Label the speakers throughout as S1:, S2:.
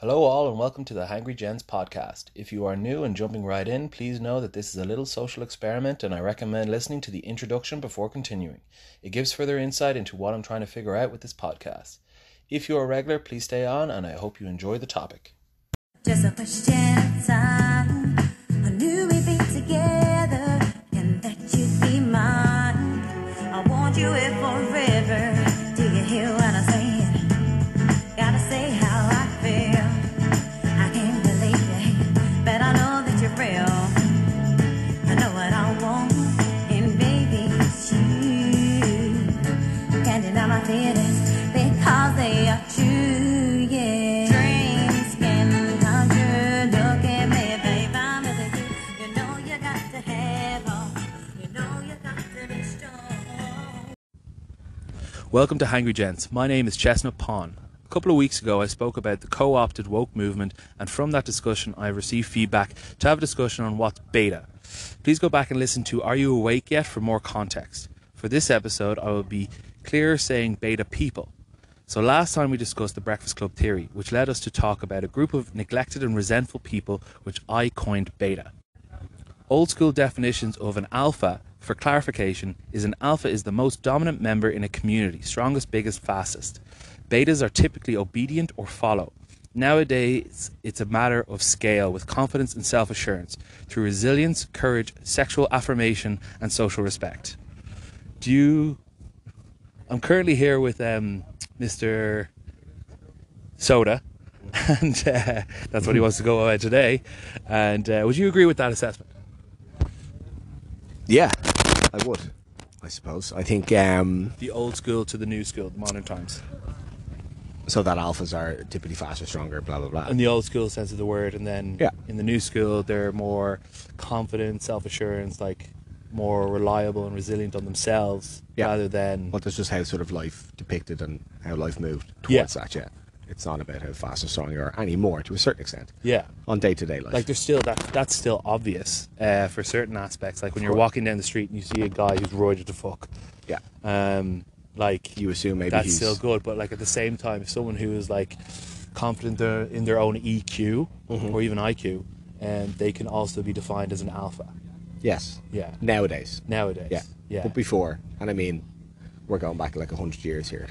S1: Hello, all, and welcome to the Hungry Gents podcast. If you are new and jumping right in, please know that this is a little social experiment, and I recommend listening to the introduction before continuing. It gives further insight into what I'm trying to figure out with this podcast. If you are a regular, please stay on, and I hope you enjoy the topic.
S2: Just a question of time. I knew we'd be together and that you'd be mine. I want you here forever. Do you hear what I'm saying? Gotta say how I feel. I can't believe it, but I know that you're real. I know what I want, and baby, it's you. Can't deny my feelings because they are true. Yeah. Dreams can come true. Look at me, babe. I'm with you. You know you got to have all. You know you got to be strong.
S1: Welcome to Hungry Gents. My name is Chestnut Pond. A couple of weeks ago, I spoke about the co opted woke movement, and from that discussion, I received feedback to have a discussion on what's beta. Please go back and listen to Are You Awake Yet for more context. For this episode, I will be clear saying beta people. So, last time we discussed the Breakfast Club theory, which led us to talk about a group of neglected and resentful people, which I coined beta old school definitions of an alpha for clarification is an alpha is the most dominant member in a community strongest biggest fastest betas are typically obedient or follow nowadays it's a matter of scale with confidence and self-assurance through resilience courage sexual affirmation and social respect do you i'm currently here with um, mr soda and uh, that's what he wants to go by today and uh, would you agree with that assessment
S3: Yeah, I would. I suppose. I think um,
S1: the old school to the new school, the modern times.
S3: so. That alphas are typically faster, stronger, blah blah blah.
S1: In the old school sense of the word, and then
S3: Yeah.
S1: in the new school, they're more confident, self assurance, like more reliable and resilient on themselves
S3: Yeah.
S1: rather than.
S3: But that's just how sort of life depicted and how life moved
S1: Yeah.
S3: towards that. Yeah, it's not about how fast or strong you are anymore, to a certain extent.
S1: Yeah.
S3: on day to day life.
S1: Like there's still that that's still obvious uh, for certain aspects. Like when you're walking down the street and you see a guy who's roided to fuck,
S3: yeah,
S1: um, like
S3: You assume maybe
S1: that's
S3: he's-
S1: still good. But like at the same time, if someone who is like confident their- in their own EQ
S3: Mm-hmm.
S1: or even IQ, and they can also be defined as an alpha
S3: yes,
S1: Yeah.
S3: Nowadays,
S1: nowadays.
S3: yeah,
S1: yeah.
S3: But before, and I mean, we're going back like hundred years here,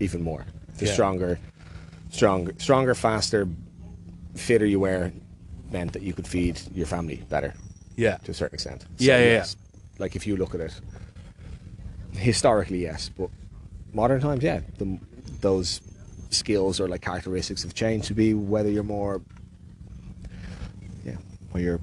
S3: even more. The
S1: Yeah.
S3: stronger, stronger, stronger, faster, fitter you were, meant that you could feed your family better.
S1: yeah.
S3: to a certain extent. So,
S1: Yeah, yeah, yeah.
S3: Like if you look at it historically, yes, but modern times, yeah, the, those skills or like characteristics have changed to be whether you're more, yeah, or you're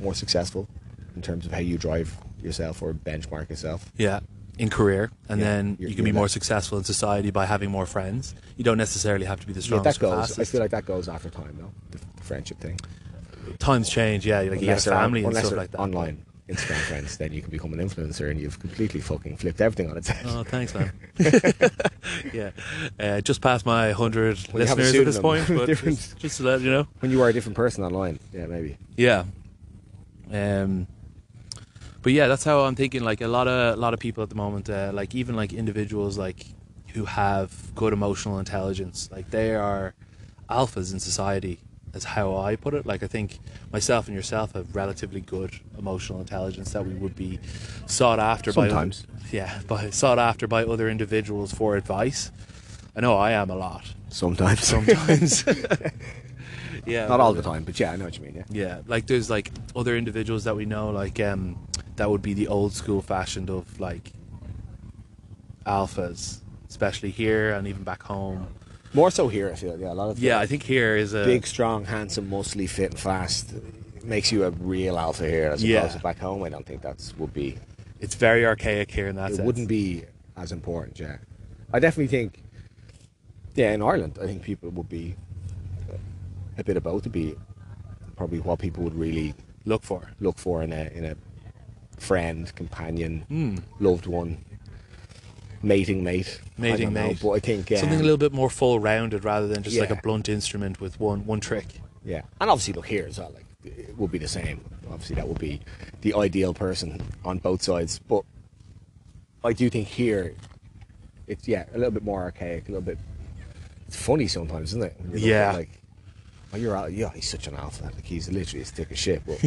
S3: more successful in terms of how you drive yourself or benchmark yourself.
S1: yeah. In career, and
S3: Yeah,
S1: then you
S3: you're-
S1: can be
S3: you're
S1: more
S3: left.
S1: successful in society by having more friends. You don't necessarily have to be the
S3: Yeah, that
S1: strongest.
S3: goes.
S1: or
S3: I
S1: fastest.
S3: feel like that goes after time, though. The, the friendship thing.
S1: times change. Yeah, like you get a
S3: you're on-
S1: family and
S3: unless
S1: stuff
S3: you're
S1: like that.
S3: Online Instagram friends, then you can become an influencer, and you've completely fucking flipped everything on its head.
S1: Oh, thanks, man. yeah, uh, just past my hundred
S3: you have a
S1: listeners at this
S3: pseudonym.
S1: point, but
S3: Different.
S1: just, just to let you know.
S3: when you are a different person online, yeah, maybe.
S1: Yeah. Um. But yeah, that's how I'm thinking. Like a lot of a lot of people at the moment, uh, like even like individuals like who have good emotional intelligence, like they are alphas in society. Is how I put it. Like I think myself and yourself have relatively good emotional intelligence that we would be sought after
S3: Sometimes.
S1: by yeah, by sought after by other individuals for advice. I know I am a lot
S3: Sometimes.
S1: sometimes. yeah,
S3: Not all the time, but yeah, I know what you mean. Yeah.
S1: yeah, like there's like other individuals that we know, like um, that would be the old school fashioned of like alphas, especially here and even back home.
S3: More so here, I feel. Yeah, a lot of
S1: Yeah, I think here is a
S3: big, strong, handsome, mostly fit and fast makes you a real alpha here, as opposed
S1: Yeah.
S3: to back home. I don't think that's would be.
S1: It's very archaic here in that
S3: it
S1: sense.
S3: wouldn't be as important. Yeah, I definitely think. Yeah, in Ireland, I think people would be a bit of both. Would be probably what people would really
S1: look for. it.
S3: look for in a in a friend, companion,
S1: Hmm.
S3: loved one, mating mate, I don't
S1: Mating
S3: know,
S1: mate.
S3: but I think um,
S1: Something a little bit more full rounded rather than just like a
S3: yeah.
S1: blunt instrument with one one trick.
S3: Yeah, and obviously, look here as well. Like, it would be the same. Obviously, that would be the ideal person on both sides. But I do think here, it's yeah, a little bit more archaic, a little bit. It's funny sometimes, isn't it? When you look
S1: Yeah.
S3: at, like Well, you're out. Yeah, he's such an alpha. Like he's literally as thick as shit. But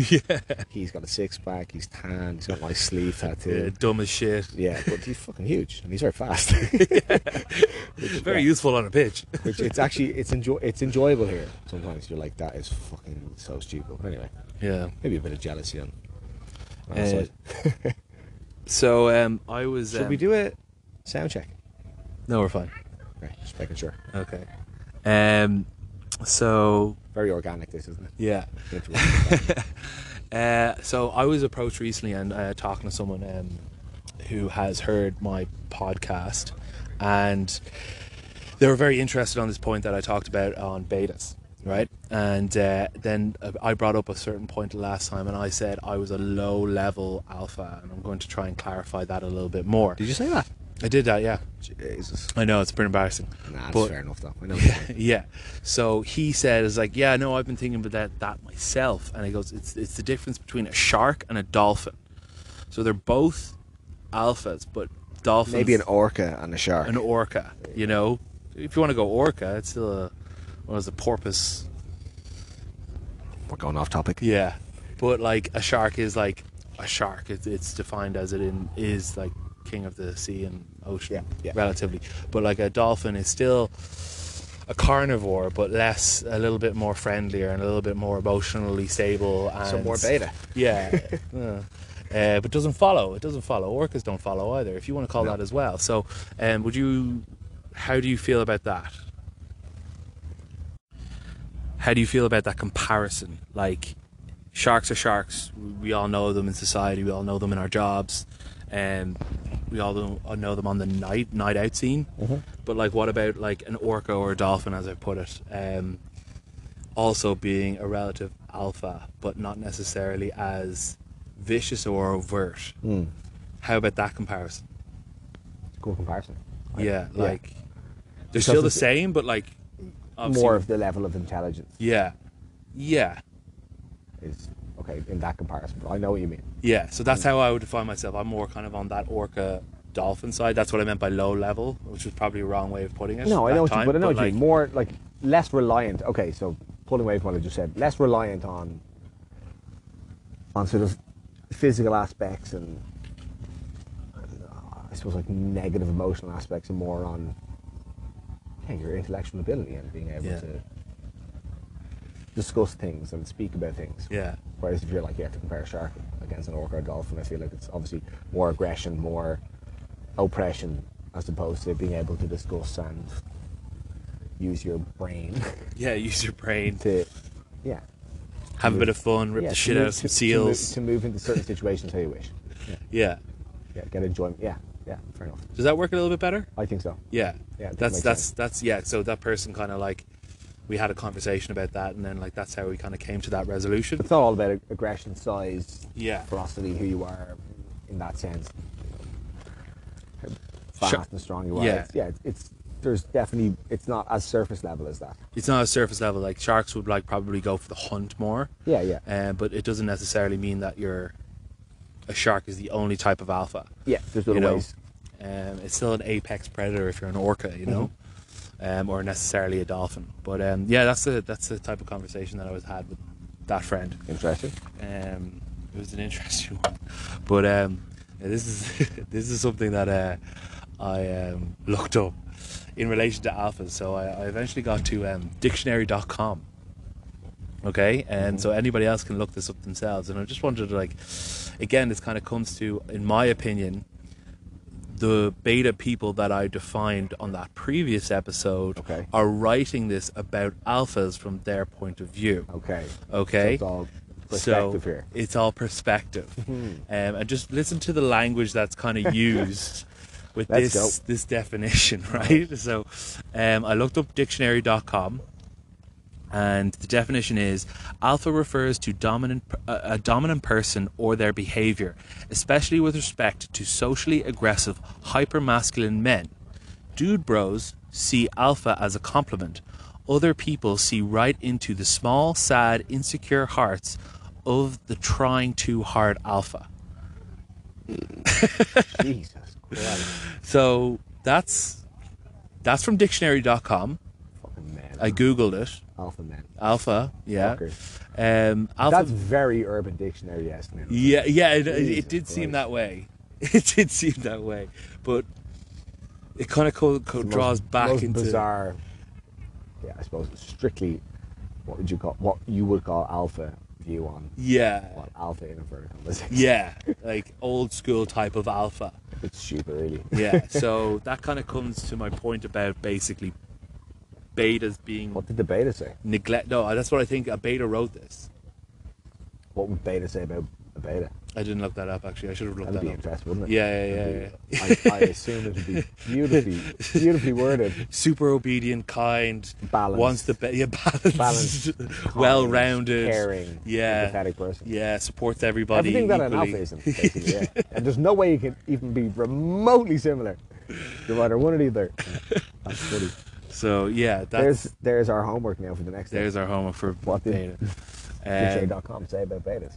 S3: he's got a six pack. He's tan. He's got a nice sleeve
S1: Yeah,
S3: tattoo.
S1: dumb as shit.
S3: Yeah, but he's fucking huge and he's very fast.
S1: Very useful on a pitch.
S3: Which it's actually it's enjoy it's enjoyable here. Sometimes you're like that is fucking so stupid. But anyway,
S1: Yeah.
S3: maybe a bit of jealousy on. on
S1: Uh,
S3: our side.
S1: So um, I was.
S3: Should
S1: um,
S3: we do a sound check?
S1: No, we're fine.
S3: Okay, just making sure.
S1: Okay. Um. So
S3: Very organic, this isn't it?
S1: yeah.
S3: Interrupted.
S1: Uh, so I was approached recently and uh, talking to someone um, who has heard my podcast, and they were very interested on this point that I talked about on betas, right? And uh, then uh, I brought up a certain point last time, and I said I was a low level alpha, and I'm going to try and clarify that a little bit more.
S3: Did you say that?
S1: I did that, yeah.
S3: Jesus.
S1: I know it's pretty embarrassing.
S3: Nah, that's
S1: But-
S3: fair enough though. I know. what you're saying.
S1: yeah. So he said, "Is like, yeah, no, I've been thinking about that that myself." And he goes, "It's it's the difference between a shark and a dolphin. So they're both alphas, but dolphins
S3: Maybe an orca and a shark.
S1: an orca. You know, if you want to go orca, it's still a what is a porpoise?
S3: We're going off topic.
S1: Yeah, but like a shark is like a shark. It's it's defined as it in, is like king of the sea and ocean,
S3: Yeah, yeah.
S1: relatively. But like a dolphin is still a carnivore, but less, a little bit more friendlier and a little bit more emotionally stable. And
S3: So more beta.
S1: Yeah. uh, Uh, but doesn't follow. It doesn't follow. Orcas don't follow either. If you want to call
S3: No.
S1: that as well. So, um, would you? How do you feel about that? how do you feel about that comparison? Like, sharks are sharks. We all know them in society. We all know them in our jobs, and we all know- all know them on the night night out scene. But like, what about like an orca or a dolphin, as I put it? Um, also being a relative alpha, but not necessarily as vicious or overt.
S3: Hmm.
S1: How about that comparison?
S3: Cool comparison.
S1: yeah,
S3: yeah.
S1: like they're
S3: Because
S1: still the
S3: it's-
S1: same, but like obviously-
S3: More of the level of intelligence
S1: Yeah, yeah.
S3: is okay in that comparison. But I know what you mean.
S1: Yeah, so
S3: Hmm.
S1: that's how I would define myself. I'm more kind of on that orca dolphin side. That's what I meant by low level, which was probably a wrong way of putting it.
S3: No, I
S1: that
S3: know, what you,
S1: time,
S3: but I know what you
S1: like,
S3: mean. More like less reliant. Okay, so pulling away from what I just said, less reliant on on sort of physical aspects and, and, uh, I suppose like negative emotional aspects, and more on yeah, your intellectual ability and being able
S1: Yeah.
S3: to discuss things and speak about things.
S1: Yeah.
S3: Whereas if you're like you have to compare a shark against an orca or a dolphin, I feel like it's obviously more aggression, more oppression, as opposed to being able to discuss and use your brain
S1: Yeah, use your brain,
S3: to, yeah,
S1: have a bit of fun, rip
S3: yeah,
S1: the
S3: to
S1: shit
S3: move-
S1: out of some
S3: to- to move-
S1: seals.
S3: to move into certain situations how you wish.
S1: yeah.
S3: Yeah, get enjoyment. Yeah, yeah, fair enough.
S1: Does that work a little bit better?
S3: I think so.
S1: Yeah.
S3: Yeah, that
S1: That's
S3: makes
S1: that's
S3: sense.
S1: that's yeah. So that person kind of like we had a conversation about that, and then like that's how we kind of came to that resolution.
S3: It's not all about ag- aggression, size,
S1: Yeah.
S3: ferocity, who you are, in that sense. How Fast
S1: Sure.
S3: and strong you are.
S1: Yeah.
S3: It's, yeah, it's- it's there's definitely it's not as surface level as that.
S1: It's not a surface level. Like sharks would like probably go for the hunt more.
S3: Yeah, yeah.
S1: Um, but it doesn't necessarily mean that you're a shark is the only type of alpha.
S3: Yeah, there's other
S1: you know,
S3: ways.
S1: um, it's still an apex predator if you're an orca, you
S3: Mm-hmm.
S1: know, um, or necessarily a dolphin. But um, yeah, that's the that's the type of conversation that I was had with that friend.
S3: Interesting.
S1: Um, it was an interesting one, but um, this is this is something that uh, I um, looked up in relation to alphas. So I, I eventually got to um, dictionary.com. Okay, and
S3: Mm-hmm.
S1: so anybody else can look this up themselves. And I just wanted to like, again, this kind of comes to, in my opinion, the beta people that I defined on that previous episode
S3: Okay.
S1: are writing this about alphas from their point of view.
S3: Okay. So
S1: Okay.
S3: it's all
S1: So,
S3: perspective here. Hmm.
S1: It's all perspective. um, and just listen to the language that's kind of used with
S3: Let's
S1: this
S3: go.
S1: this definition, right? So um, I looked up dictionary.com and the definition is alpha refers to dominant uh, a dominant person or their behavior, especially with respect to socially aggressive hypermasculine men. Dude bros see alpha as a compliment. Other people see right into the small, sad, insecure hearts of the trying too hard alpha.
S3: Jesus Christ.
S1: So that's that's from dictionary.com.
S3: Fucking men.
S1: I googled it.
S3: alpha men.
S1: Alpha, yeah.
S3: Fuckers.
S1: Um, alpha.
S3: That's very Urban Dictionary esque. now.
S1: yeah, yeah. It, it,
S3: Jesus
S1: it did seem
S3: Christ.
S1: that way. It did seem that way, but it kind of co- co-
S3: Most-
S1: draws back
S3: most
S1: into
S3: bizarre. Yeah, I suppose strictly what would you call what you would call alpha view on
S1: yeah,
S3: what alpha in inverted commas. is.
S1: yeah, like old school type of alpha.
S3: It's stupid, really.
S1: Yeah, so that kind of comes to my point about basically betas being
S3: What did the beta say?
S1: neglect. No, that's what I think. A beta wrote this.
S3: What would beta say about a beta?
S1: I didn't look that up actually. I should have looked
S3: That'd be
S1: that up.
S3: interesting, wouldn't it?
S1: Yeah, yeah,
S3: That'd
S1: yeah,
S3: be- I, I assume it would be beautifully, beautifully worded.
S1: Super obedient, kind,
S3: Balanced.
S1: wants the be- yeah, balanced,
S3: Balanced,
S1: well-rounded,
S3: kind, caring,
S1: yeah,
S3: empathetic person.
S1: yeah, supports everybody.
S3: Everything that an
S1: equally.
S3: alpha is, basically, yeah. And there's no way you can even be remotely similar. You're either one or the other. That's funny.
S1: So yeah, that's,
S3: There's
S1: there's
S3: there's our homework now for the next. day.
S1: our homework for
S3: What
S1: beta.
S3: did-
S1: Um,
S3: DJ.com say about betas.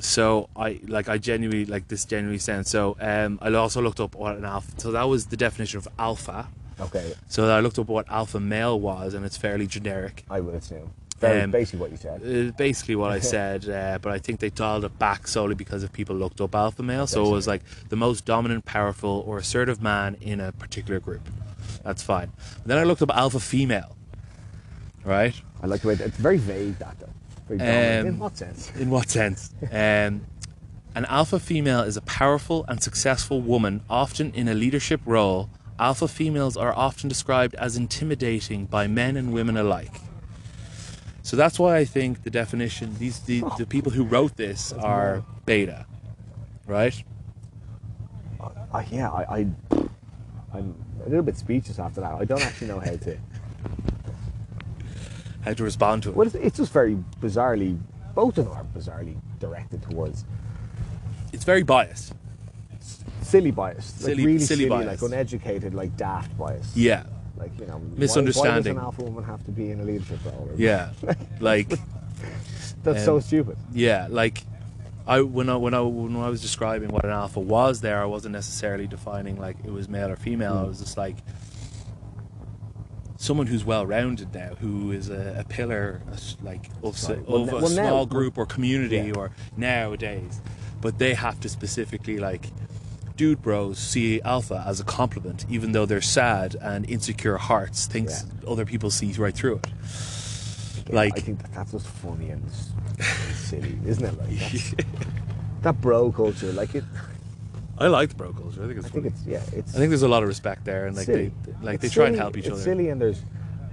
S1: so I like I genuinely like this genuinely sounds. So um, I also looked up what an alpha. So that was the definition of alpha.
S3: Okay,
S1: So I looked up what alpha male was, and it's fairly generic.
S3: I would assume. Very
S1: Um,
S3: basically what you said.
S1: Uh, basically what I said, uh, but I think they dialed it back solely because if people looked up alpha male, so it was like the most dominant, powerful, or assertive man in a particular group. That's fine. then I looked up alpha female, right?
S3: I like the way that, it's very vague that though. Very dominant.
S1: Um,
S3: In what sense?
S1: In what sense? Um, an alpha female is a powerful and successful woman, often in a leadership role. Alpha females are often described as intimidating by men and women alike. So that's why I think the definition, these the, the people who wrote this are beta, right?
S3: Uh, yeah, I, I, I'm a little bit speechless after that. I don't actually know how to.
S1: How to respond to it?
S3: Well, it's, it's just very bizarrely. Both of them are bizarrely directed towards
S1: It's very biased.
S3: silly bias, like
S1: Silly-
S3: really silly,
S1: silly bias.
S3: like uneducated, like daft bias.
S1: Yeah,
S3: Like you know, why- Why, does
S1: Misunderstanding.
S3: an alpha woman have to be in a leadership role? Or-
S1: yeah. Like,
S3: that's so
S1: Um,
S3: stupid.
S1: yeah, like. I when I when I when I was describing what an alpha was there, I wasn't necessarily defining like it was male or female. I was just like someone who's well rounded now, who is a, a pillar a s- like of, s-
S3: Right.
S1: of
S3: Well,
S1: a
S3: n- well, now-
S1: small group or community
S3: Yeah.
S1: or nowadays. But they have to specifically like dude bros see alpha as a compliment, even though they're sad and insecure hearts thinks other people see right through it.
S3: Yeah,
S1: like-
S3: I think that, that's just funny and s- silly, isn't it? Like that's, that bro culture, like it.
S1: I like bro culture. I think it's
S3: I think
S1: funny.
S3: it's yeah, it's.
S1: I think there's a lot of respect there, and like
S3: silly.
S1: they like they
S3: It's
S1: try and
S3: silly-
S1: help each
S3: it's
S1: other.
S3: Silly and there's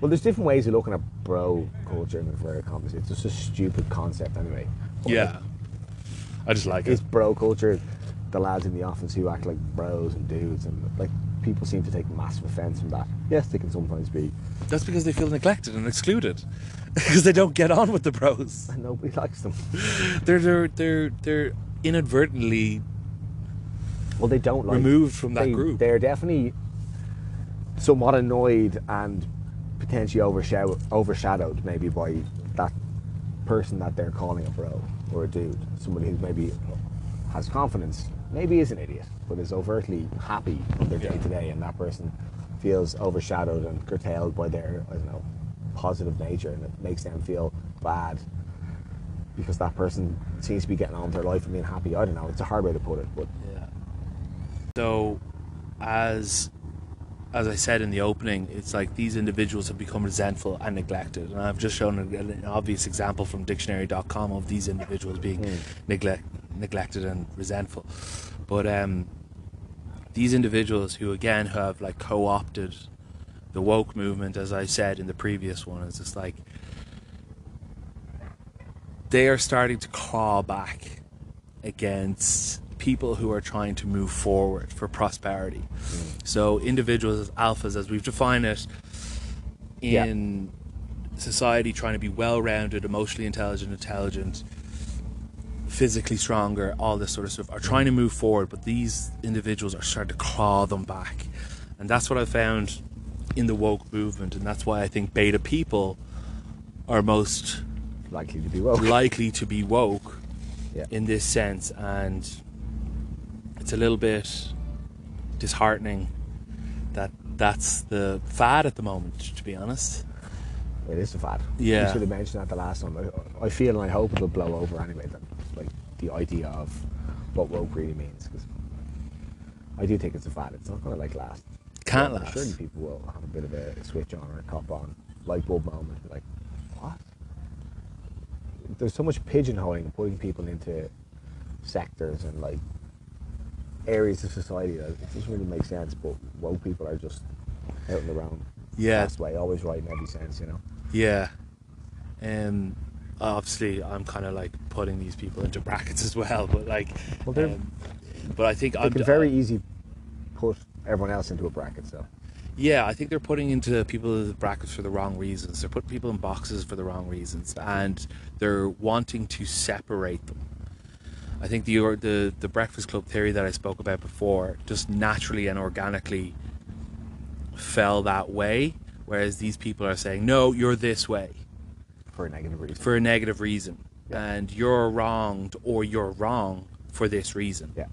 S3: well, there's different ways of looking at bro culture and inverted commas. It's just a stupid concept anyway. But, like,
S1: Yeah, I just like
S3: is
S1: it.
S3: bro culture the lads in the office who act like bros and dudes and like people seem to take massive offense from that yes they can sometimes be
S1: That's because they feel neglected and excluded, because they don't get on with the bros.
S3: and nobody likes them
S1: They're they're they're they're inadvertently
S3: well they don't like
S1: Removed from that
S3: they,
S1: group.
S3: they're definitely somewhat annoyed and potentially overshadowed, overshadowed maybe by that person that they're calling a bro or a dude somebody who maybe has confidence maybe is an idiot but is overtly happy on their
S1: Yeah.
S3: day to day and that person feels overshadowed and curtailed by their I don't know positive nature and it makes them feel bad because that person seems to be getting on with their life and being happy I don't know it's a hard way to put it but
S1: Yeah. So, as as I said in the opening, it's like these individuals have become resentful and neglected, and I've just shown an, an obvious example from Dictionary.com of these individuals being neglect, neglected and resentful. But um, these individuals who again have like co-opted the woke movement, as I said in the previous one, is just like they are starting to claw back against people who are trying to move forward for prosperity. So individuals as alphas, as we've defined it,
S3: Yeah.
S1: in society, trying to be well-rounded, emotionally intelligent, intelligent, physically stronger, all this sort of stuff, are trying to move forward, but these individuals are starting to claw them back. And that's what I found in the woke movement, and that's why I think beta people are most
S3: likely to be woke.
S1: likely to be woke
S3: Yeah.
S1: in this sense, and it's a little bit disheartening that that's the fad at the moment. To be honest,
S3: It is the fad.
S1: Yeah.
S3: You should have mentioned that the last time. I, I feel and I hope it'll blow over anyway. That, like the idea of what woke really means, because I do think it's a fad. It's not going to like last.
S1: Can't
S3: Well,
S1: last.
S3: Surely people will have a bit of a switch on or a cop on light bulb moment. Like what? There's so much pigeonholing, and putting people into sectors and like areas of society that it doesn't really make sense. But woke people are just out and around.
S1: Yeah.
S3: That's way always right in every sense, you know.
S1: Yeah. Um, obviously, I'm kind of like putting these people into brackets as well, but like,
S3: Well, they're-
S1: um, but I think
S3: They
S1: I'm
S3: can very easy put everyone else into a bracket. So
S1: Yeah, I think they're putting into people in the brackets for the wrong reasons. They're putting people in boxes for the wrong reasons, and they're wanting to separate them. I think the or- the the Breakfast Club theory that I spoke about before just naturally and organically fell that way, whereas these people are saying, "No, you're this way
S3: for a negative reason.
S1: for a negative reason,
S3: Yeah.
S1: and you're wronged or you're wrong for this reason."
S3: yeah.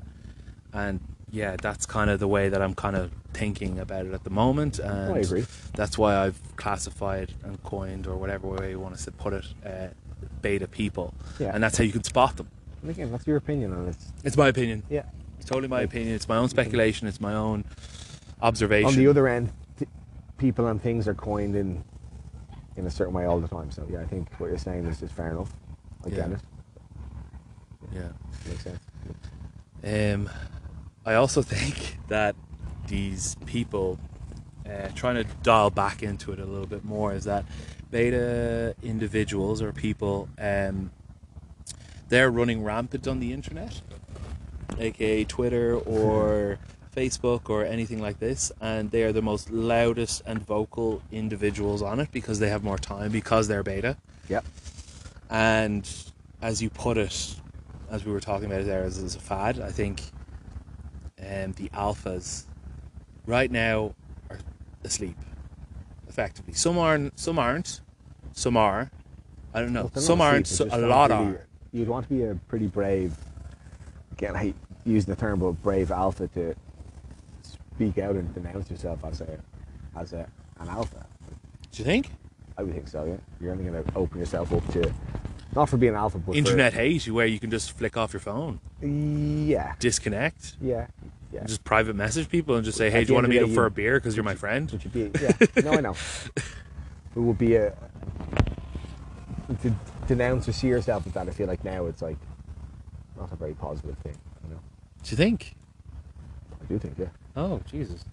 S1: and yeah, that's kind of the way that I'm kind of thinking about it at the moment, and
S3: I agree.
S1: that's why I've classified and coined or whatever way you want us to put it, uh, beta people,
S3: Yeah.
S1: and that's how you can spot them.
S3: And again, that's your opinion on it.
S1: It's my opinion.
S3: Yeah.
S1: It's totally my opinion. It's my own speculation. It's my own observation.
S3: On the other end, th- people and things are coined in in a certain way all the time. So yeah, I think what you're saying is, is fair enough. I get
S1: Yeah.
S3: it.
S1: yeah.
S3: Makes sense.
S1: Um, I also think that these people uh, trying to dial back into it a little bit more is that beta individuals or people um, they're running rampant on the internet, aka Twitter or Facebook or anything like this, and they are the most loudest and vocal individuals on it because they have more time because they're beta
S3: Yep.
S1: and as you put it, as we were talking about it there, as, as a fad, I think um, the alphas right now are asleep, effectively. Some aren't, some aren't, some are. I don't know.
S3: They're not
S1: some aren't. So,
S3: asleep,
S1: a
S3: they're just
S1: lot
S3: not really-
S1: are.
S3: You'd want to be a pretty brave. Again, I hate using the term, but brave alpha to speak out and denounce yourself as a as a an alpha.
S1: Do you think?
S3: I would think so. Yeah, you're only going to open yourself up to not for being alpha, but for-
S1: Internet hate, where you can just flick off your phone,
S3: yeah,
S1: disconnect,
S3: yeah, yeah.
S1: just private message people, and just say,
S3: At
S1: "Hey,
S3: the
S1: do you want
S3: end
S1: to
S3: of
S1: meet
S3: the
S1: up
S3: day,
S1: for
S3: you-
S1: a beer? Because you're my friend."
S3: Which would be yeah. no, I know. It would be a to denounce or see yourself as that. I feel like now it's like not a very positive thing. You know,
S1: Do you think?
S3: I do think yeah.
S1: Oh Jesus!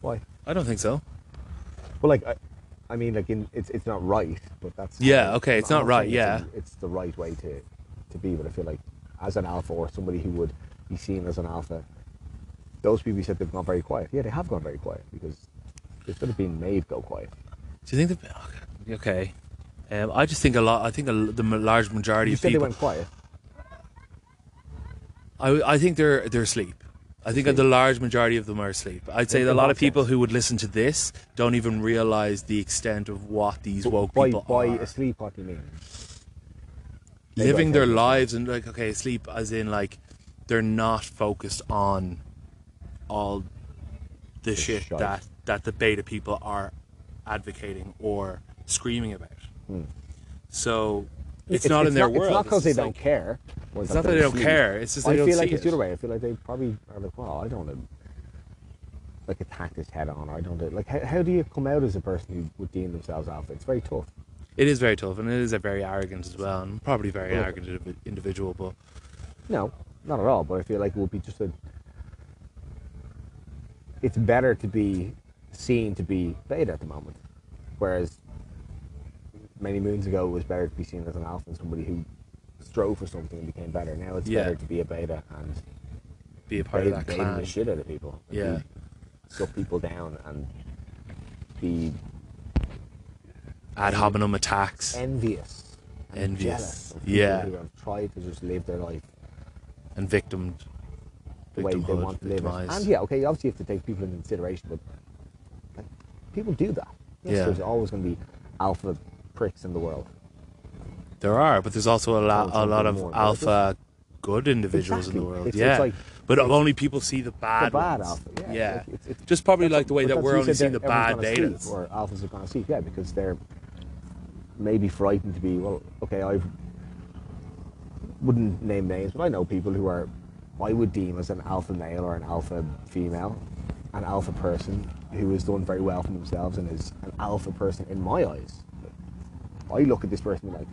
S3: Why?
S1: I don't think so.
S3: Well, like I, I mean, like in, it's it's not right, but that's
S1: Yeah, okay, it's
S3: I'm
S1: not right,
S3: saying it's a-
S1: yeah.
S3: it's the right way to to be, but I feel like as an alpha or somebody who would be seen as an alpha, those people you said they've gone very quiet. Yeah, they have gone very quiet because they should have been made go quiet.
S1: Do you think the okay? Um, I just think a lot. I think a, l- the m- large majority
S3: You
S1: of
S3: said they
S1: people.
S3: went quiet.
S1: I, I think they're they're asleep. I think that the
S3: Asleep.
S1: large majority of them are asleep. I'd say
S3: In
S1: that a lot
S3: what
S1: of people
S3: sense?
S1: who would listen to this don't even realize the extent of what these woke
S3: by,
S1: people
S3: by
S1: are
S3: asleep, what do you mean? they
S1: living
S3: don't
S1: their
S3: think it's
S1: lives and like okay, asleep as in like they're not focused on all the, shit
S3: shite.
S1: that that the beta people are advocating or screaming about. So it's, not in their
S3: not,
S1: world.
S3: Hmm. It's not because they
S1: just
S3: don't
S1: like-
S3: care. or
S1: It's not that they
S3: they're
S1: don't
S3: asleep.
S1: care. It's just they
S3: I
S1: don't
S3: feel like
S1: see
S3: it's the
S1: it.
S3: other way. I feel like they probably are like, well, I don't want to like attack this head on. I don't wanna-" like. How, how do you come out as a person who would deem themselves alpha? It's very tough.
S1: It is very tough, and it is a very arrogant as well, and probably very
S3: Well-
S1: arrogant indiv- individual. But
S3: No, not at all. But I feel like it would be just a. It's better to be seen to be beta at the moment, whereas many moons ago it was better to be seen as an alpha and somebody who strove for something and became better. Now it's
S1: Yeah.
S3: better to be a beta and
S1: be a part
S3: beta,
S1: of that
S3: beta
S1: clan.
S3: the shit out of people. and
S1: Yeah.
S3: be- Suck people down and be
S1: Ad hominem attacks.
S3: envious. and
S1: Envious,
S3: jealous of people
S1: yeah.
S3: Who have tried to just live their life
S1: and victim
S3: the way they want to live. it.
S1: victimized.
S3: And yeah, okay, obviously you have to take people into consideration, but like, people do that. Yes,
S1: Yeah.
S3: there's always going to be alpha pricks in the world.
S1: There are, but there's also a lot,
S3: Oh,
S1: a lot
S3: something
S1: of
S3: more.
S1: alpha good individuals in
S3: Exactly.
S1: the world.
S3: It's-
S1: yeah,
S3: it's like-
S1: but
S3: it's-
S1: only people see the bad.
S3: the bad
S1: ones.
S3: alpha. Yeah,
S1: yeah.
S3: like, it's- it's-
S1: just probably
S3: that's
S1: like the
S3: what-
S1: way
S3: but
S1: that
S3: that's
S1: we're
S3: what you
S1: only
S3: said
S1: seeing the
S3: that everyone's
S1: bad
S3: gonna sleep,
S1: betas.
S3: Or alphas are going to sleep, yeah, because they're maybe frightened to be well. Okay, I wouldn't name names, but I know people who are I would deem as an alpha male or an alpha female, an alpha person who has done very well for themselves and is an alpha person in my eyes. I look at this person like,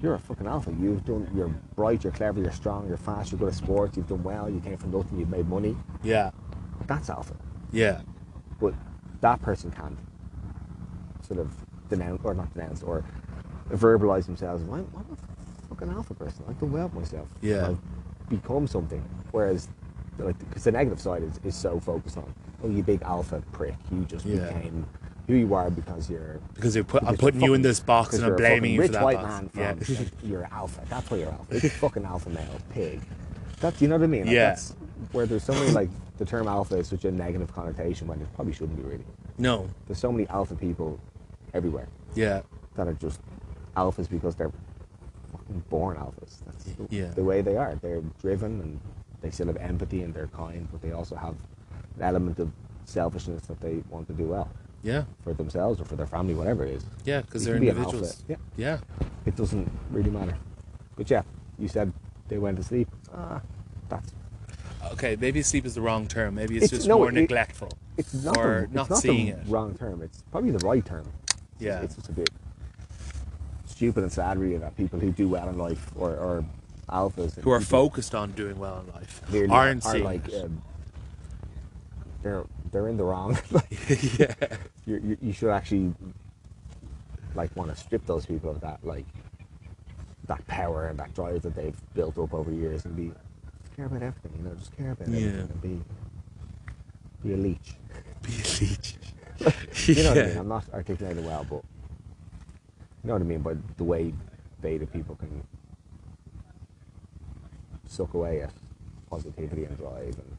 S3: you're a fucking alpha. You've done. You're bright. You're clever. You're strong. You're fast. You're good at sports. You've done well. You came from nothing. You've made money.
S1: Yeah.
S3: That's alpha.
S1: Yeah.
S3: But that person can't sort of denounce or not denounce or verbalize themselves. I'm, I'm a fucking alpha person. I've done well for myself.
S1: Yeah.
S3: I've become something. Whereas, like, because the negative side is, is so focused on, oh, you big alpha prick. You just
S1: Yeah.
S3: became who you are because you're
S1: Because you're put, I'm
S3: because you're
S1: putting you in
S3: fucking-
S1: this box
S3: because
S1: and I'm
S3: you're a fucking
S1: blaming you
S3: rich
S1: for that
S3: white
S1: box.
S3: man
S1: yeah.
S3: from- you're alpha. That's why you're alpha. You're just fucking alpha male pig. That's you know what I mean. Like,
S1: Yeah.
S3: That's where there's so many like the term alpha is such a negative connotation when it probably shouldn't be really.
S1: No.
S3: There's so many alpha people everywhere
S1: Yeah.
S3: that are just alphas because they're fucking born alphas. That's the,
S1: Yeah.
S3: the way they are. They're driven and they still have empathy and they're kind, but they also have an element of selfishness that they want to do well
S1: Yeah.
S3: for themselves or for their family, whatever it is.
S1: Yeah. Because
S3: You
S1: they're
S3: can be an alpha.
S1: individuals.
S3: Yeah.
S1: Yeah.
S3: It doesn't really matter. But yeah, you said they went to sleep. Ah, that's
S1: Okay. Maybe sleep is the wrong term. Maybe it's,
S3: It's-
S1: just
S3: no,
S1: more
S3: it-
S1: neglectful.
S3: it's not
S1: or
S3: the,
S1: not
S3: it's not
S1: seeing
S3: the
S1: it.
S3: wrong term. It's probably the right term. It's-
S1: Yeah.
S3: it's just a bit stupid and sad really that people who do well in life or, or alphas
S1: Who are
S3: people-
S1: focused on doing well in life
S3: they're not-
S1: aren't
S3: are
S1: seeing
S3: like
S1: it.
S3: um, they're they're in the wrong. like, you you you should actually like want to strip those people of that like that power and that drive that they've built up over years and be just care about everything. You know, just care about
S1: Yeah.
S3: everything and be be a leech.
S1: Be a leech.
S3: You know what I
S1: Yeah.
S3: mean? I'm not articulating well, but you know what I mean. By the way beta people can suck away at positivity and drive and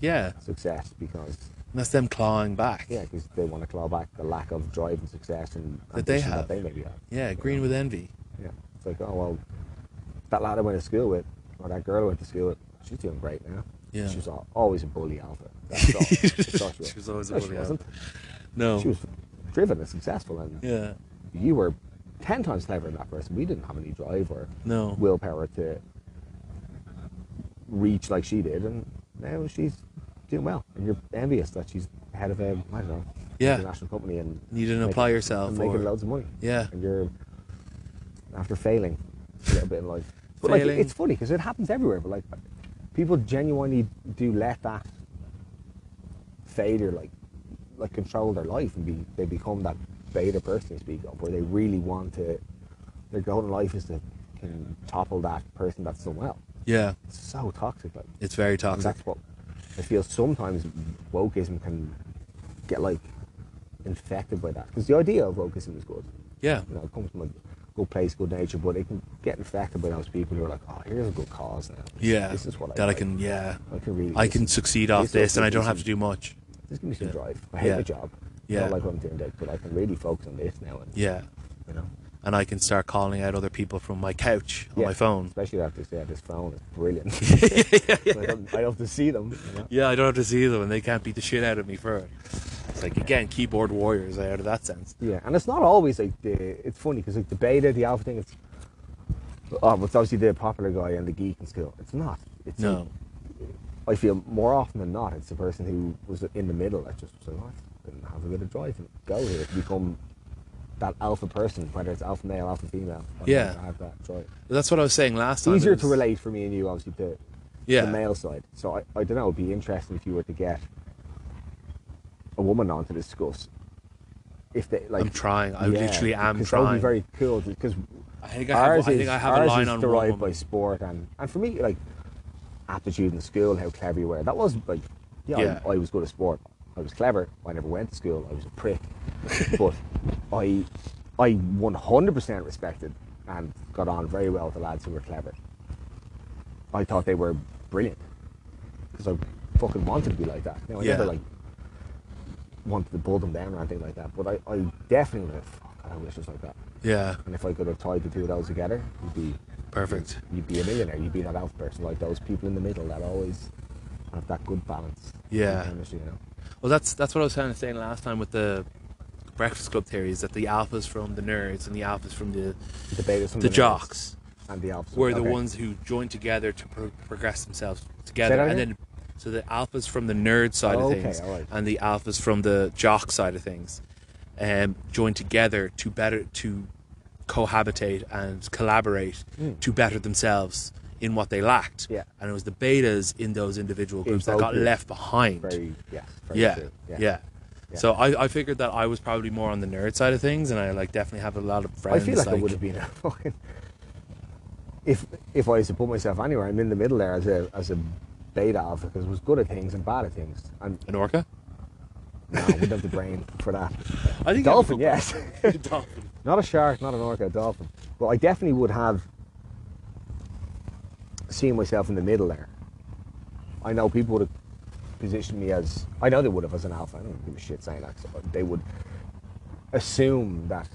S1: Yeah.
S3: success because
S1: And that's them clawing back.
S3: yeah, because they want to claw back the lack of drive and success and
S1: That they
S3: ambition
S1: have.
S3: That they maybe have.
S1: Yeah,
S3: you
S1: green
S3: know?
S1: with envy.
S3: Yeah, it's like oh well, that lad I went to school with, or that girl I went to school with, she's doing great now.
S1: Yeah.
S3: she was al- always a bully alpha. That's all. That's all
S1: She was always a
S3: No,
S1: bully
S3: She
S1: alpha.
S3: wasn't.
S1: No.
S3: She was driven and successful, and
S1: yeah.
S3: you were ten times cleverer than that person. We didn't have any drive or
S1: No.
S3: willpower to reach like she did, and now she's doing well. And you're envious that she's head of a I don't know
S1: Yeah.
S3: international company and
S1: And you didn't
S3: making-
S1: apply yourself
S3: and making
S1: or-
S3: loads of money.
S1: Yeah.
S3: and you're after failing a little bit in life. But like,
S1: Failing.
S3: it's funny because it happens everywhere. But like, people genuinely do let that failure like like control their life and be they become that beta person you speak of, where they really want to. Their goal in life is to can topple that person that's done well.
S1: Yeah.
S3: It's so toxic, like.
S1: It's very
S3: And
S1: toxic.
S3: that's what I feel sometimes wokeism can get like infected by that. Because the idea of wokeism is good.
S1: Yeah.
S3: You know, it comes from a good place, good nature, but it can get infected by those people who are like, oh, here's a good cause now.
S1: Yeah.
S3: This is what I
S1: that I
S3: like.
S1: can yeah.
S3: I can really.
S1: I can succeed off
S3: Listen,
S1: this and I don't have to
S3: listen.
S1: do much.
S3: This can be some
S1: Yeah.
S3: drive. I hate
S1: Yeah.
S3: my job. I
S1: Yeah.
S3: don't like what I'm doing, today, but I can really focus on this now. And,
S1: Yeah.
S3: You know.
S1: And I can start calling out other people from my couch on
S3: Yeah,
S1: my phone.
S3: Especially that this, yeah, this phone is brilliant. yeah, I, don't, I love to see them. You know?
S1: Yeah, I don't have to see them and they can't beat the shit out of me for it. It's like again, keyboard warriors out of that sense.
S3: Yeah, and it's not always like the. It's funny because like the beta, the alpha thing, it's. Oh, it's obviously the popular guy and the geek in school. It's not. It's
S1: No.
S3: like- I feel more often than not, it's the person who was in the middle that just was like, oh, I didn't have a bit of drive and go here to become that alpha person, whether it's alpha male, alpha female. I don't
S1: Yeah.
S3: have that drive.
S1: But that's what I was saying last
S3: It's
S1: time. it
S3: easier to
S1: was-
S3: relate for me and you, obviously, to
S1: Yeah.
S3: the male side. So I, I don't know, it'd be interesting if you were to get a woman on to discuss. If they, like,
S1: I'm trying. I literally am
S3: 'cause that would
S1: trying.
S3: be very cool because
S1: I think I have, I think I have a line
S3: is
S1: on one
S3: derived by
S1: woman.
S3: sport and and for me like aptitude in school, how clever you were. That was like yeah,
S1: Yeah.
S3: I, I was good at sport. I was clever. I never went to school. I was a prick, but I I 100% respected and got on very well with the lads who were clever. I thought they were brilliant because I fucking wanted to be like that. Now I
S1: Yeah.
S3: never like wanted to pull them down or anything like that, but I, I definitely was like, fuck, I wish I was like that.
S1: Yeah.
S3: And if I could have tied the two of those together, you'd be
S1: Perfect.
S3: you'd be a millionaire. You'd be that alpha person, like those people in the middle that always have that good balance.
S1: Yeah.
S3: Chemistry, you know.
S1: Well, that's that's what I was kind of saying last time with the Breakfast Club theory is that the alphas from the nerds and the alphas from the
S3: The betas, and
S1: the
S3: nerds
S1: jocks
S3: and the alphas
S1: were the
S3: Okay.
S1: ones who joined together to pro- progress themselves together,
S3: that
S1: and
S3: again?
S1: then so the alphas from the nerd side
S3: Okay,
S1: of things
S3: alright.
S1: and the alphas from the jock side of things um, joined together to better to cohabitate and collaborate to better themselves in what they lacked.
S3: Hmm. Yeah.
S1: and it was the betas in those individual
S3: In
S1: groups that
S3: both
S1: got
S3: groups.
S1: left behind.
S3: Very yes. Very
S1: yeah,
S3: true.
S1: yeah,
S3: Yeah.
S1: So I, I figured that I was probably more on the nerd side of things, and I like definitely have a lot of
S3: I
S1: friends.
S3: feel like, I would have been a fucking. If if I was to put myself anywhere, I'm in the middle there as a as a beta alpha because I was good at things and bad at things. And
S1: an orca.
S3: no, I wouldn't have the brain for that.
S1: I think
S3: dolphin,
S1: yeah.
S3: yes.
S1: dolphin.
S3: not a shark, not an orca, a dolphin. But I definitely would have seen myself in the middle there. I know people would have positioned me as I know they would have as an alpha. I don't give a shit saying that. 'cause They would assume that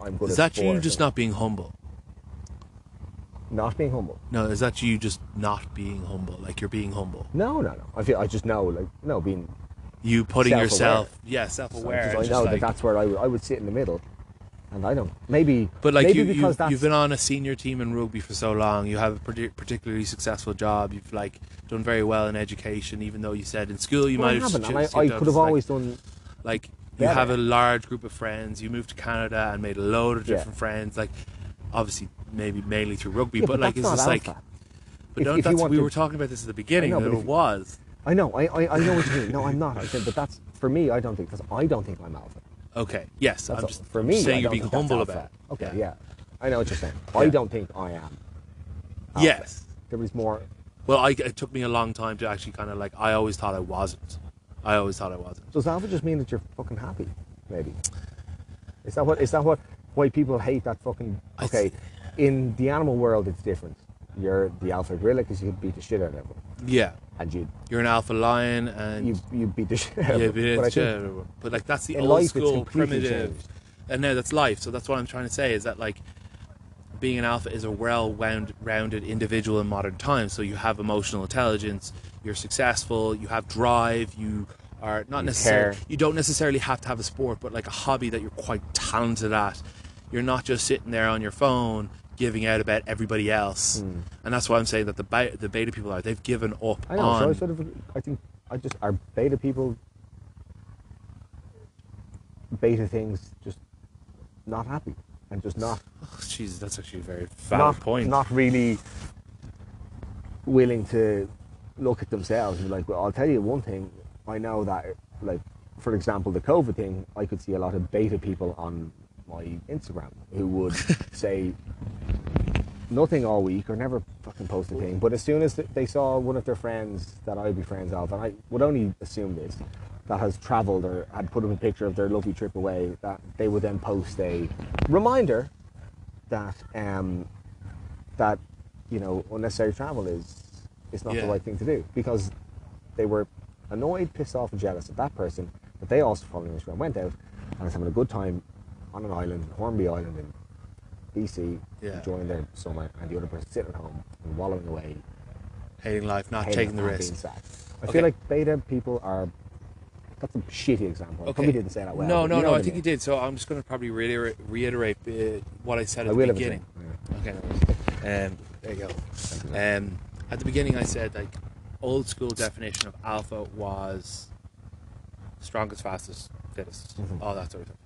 S3: I'm good
S1: Is
S3: at
S1: that you
S3: sports
S1: just
S3: and
S1: not being humble?
S3: not being humble.
S1: No, is that you just not being humble? Like you're being humble.
S3: No, no, no. I feel I just know, like, no, being.
S1: You putting
S3: Self-aware.
S1: yourself, yeah, self-aware.
S3: I
S1: It's
S3: just- I
S1: just
S3: know that
S1: like-
S3: that's where I would, I would sit in the middle, and I don't. Maybe,
S1: but like
S3: maybe
S1: you, you
S3: because that's
S1: you've been on a senior team in rugby for so long. You have a partic- particularly successful job. You've like done very well in education, even though you said in school you
S3: Well, I
S1: might have.
S3: haven't, and
S1: skipped
S3: I,
S1: out.
S3: I
S1: It's
S3: could have
S1: like-
S3: always done.
S1: like you
S3: Better.
S1: have a large group of friends you moved to canada and made a load of
S3: Yeah.
S1: different friends like obviously maybe mainly through rugby
S3: Yeah,
S1: but,
S3: but
S1: like
S3: that's
S1: it's
S3: not
S1: just like
S3: alpha.
S1: but
S3: If-
S1: no,
S3: if you
S1: that's
S3: want
S1: we
S3: to-
S1: were talking about this at the beginning
S3: know,
S1: that
S3: but
S1: it
S3: if you-
S1: was
S3: I know, I, I, I know what you mean. No, I'm not. I said, but that's for me. I don't think because I don't think I'm alpha.
S1: okay yes
S3: That's
S1: i'm
S3: all-
S1: just
S3: for
S1: I'm
S3: me.
S1: just
S3: I
S1: saying you're
S3: don't
S1: being
S3: think that's
S1: humble
S3: alpha.
S1: about it
S3: Okay, yeah. I know what you're saying. I
S1: Yeah.
S3: don't think I am. alpha.
S1: yes
S3: There was more.
S1: well I, it took me a long time to actually kind of like i always thought i wasn't i always thought i wasn't
S3: Does alpha just mean that you're fucking happy? Maybe. Is that what? Is that what? Why people hate that fucking?
S1: I
S3: Okay,
S1: see.
S3: in the animal world, it's different. You're the alpha gorilla because you can beat the shit out of everyone,
S1: yeah
S3: and you
S1: you're an alpha lion and
S3: you you beat the shit out
S1: Yeah,
S3: of
S1: but,
S3: everyone. But I
S1: it's,
S3: think-
S1: yeah, but like that's the
S3: in
S1: old
S3: life, it's
S1: school
S3: completely
S1: primitive,
S3: changed.
S1: and no, that's life. So that's what I'm trying to say is that like being an alpha is a well-wound, rounded individual in modern times. So you have emotional intelligence, you're successful, you have drive, you are not necessarily
S3: care.
S1: you don't necessarily have to have a sport, but like a hobby that you're quite talented at. You're not just sitting there on your phone giving out about everybody else, and that's why I'm saying that the beta, the beta people are they've given up
S3: Hmm. I know.
S1: on
S3: So I sort of, I think, I just are beta people. Beta things just not happy and just not
S1: Oh, Jesus, that's actually a very valid
S3: not
S1: point.
S3: not really willing to look at themselves and be like, well, I'll tell you one thing. I know that, like, for example, the COVID thing, I could see a lot of beta people on my Instagram who would say nothing all week or never fucking post a thing. But as soon as they saw one of their friends that I would be friends of, and I would only assume this, that has travelled or had put up a picture of their lovely trip away, that they would then post a reminder that um, that you know unnecessary travel is is not
S1: Yeah.
S3: the right thing to do because they were annoyed, pissed off, and jealous of that person. But they also followed on Instagram, went out and was having a good time on an island, Hornby Island in BC,
S1: Yeah.
S3: enjoying their summer, and the other person sitting at home and wallowing away,
S1: hating life, not
S3: hating
S1: taking
S3: it,
S1: the
S3: not being
S1: risk.
S3: sad. I
S1: Okay.
S3: feel like beta people are. That's a shitty example. I probably didn't say that well.
S1: No,
S3: but
S1: no,
S3: you know
S1: no.
S3: what
S1: I think
S3: mean.
S1: you did. So I'm just going to probably reiterate, reiterate uh, what I said
S3: I
S1: at the
S3: will have a
S1: beginning.
S3: drink,
S1: Okay. no worries. Um, there you go. Um, at the beginning, I said like old school definition of alpha was strongest, fastest, fittest,
S3: Mm-hmm.
S1: all that sort of thing.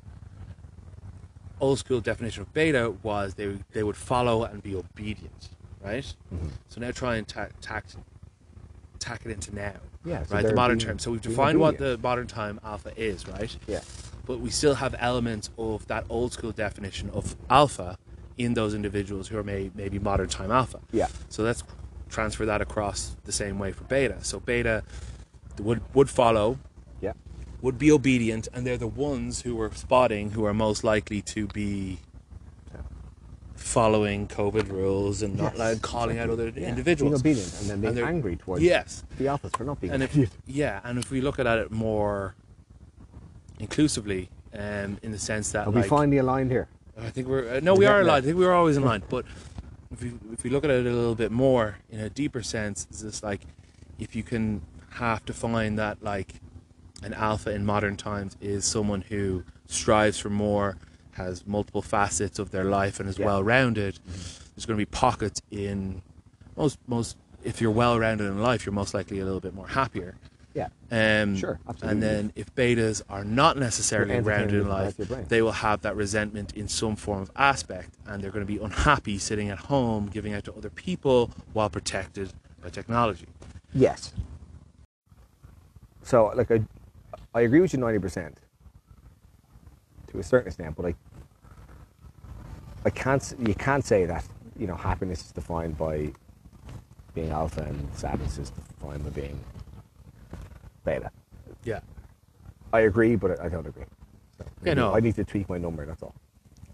S1: Old school definition of beta was they they would follow and be obedient, right?
S3: Mm-hmm.
S1: So now try and ta- tact tack it into now.
S3: Yeah, so
S1: right. The
S3: they're
S1: modern
S3: being-
S1: term. So we've
S3: being
S1: defined what the
S3: obedient.
S1: modern time alpha is, right?
S3: Yeah.
S1: But we still have elements of that old school definition of alpha in those individuals who are may, maybe modern time alpha.
S3: Yeah.
S1: So let's transfer that across the same way for beta. So beta would would follow,
S3: Yeah.
S1: would be obedient, and they're the ones who are spotting who are most likely to be following COVID rules and not
S3: Yes,
S1: like calling out other
S3: Yeah,
S1: individuals.
S3: Being obedient and then being
S1: And they're-
S3: angry towards
S1: Yes.
S3: the office for not being
S1: and
S3: obedient.
S1: if yeah, and if we look at it more inclusively, um, in the sense that
S3: Are we
S1: like,
S3: finally aligned here?
S1: I think we're uh, no, we are
S3: Yeah.
S1: aligned. I think we were always aligned, but if we if we look at it a little bit more in a deeper sense, is this like if you can have to find that like an alpha in modern times is someone who strives for more, has multiple facets of their life, and is
S3: Yeah. Mm-hmm.
S1: well rounded, there's going to be pockets in most most. If you're well rounded in life, you're most likely a little bit more happier.
S3: Yeah.
S1: Um,
S3: Sure,
S1: And
S3: absolutely.
S1: then if betas are not necessarily
S3: You're entertaining
S1: rounded in
S3: with the
S1: life,
S3: back of your brain.
S1: they will have that resentment in some form of aspect, and they're going to be unhappy sitting at home giving out to other people while protected by technology.
S3: Yes. So, like, I, I agree with you 90% to a certain extent, but I, I can't, s- you can't say that, you know, happiness is defined by being alpha and sadness is defined by being beta.
S1: Yeah.
S3: I agree, but I don't agree. So
S1: Yeah, no.
S3: I need to tweak my number, that's all.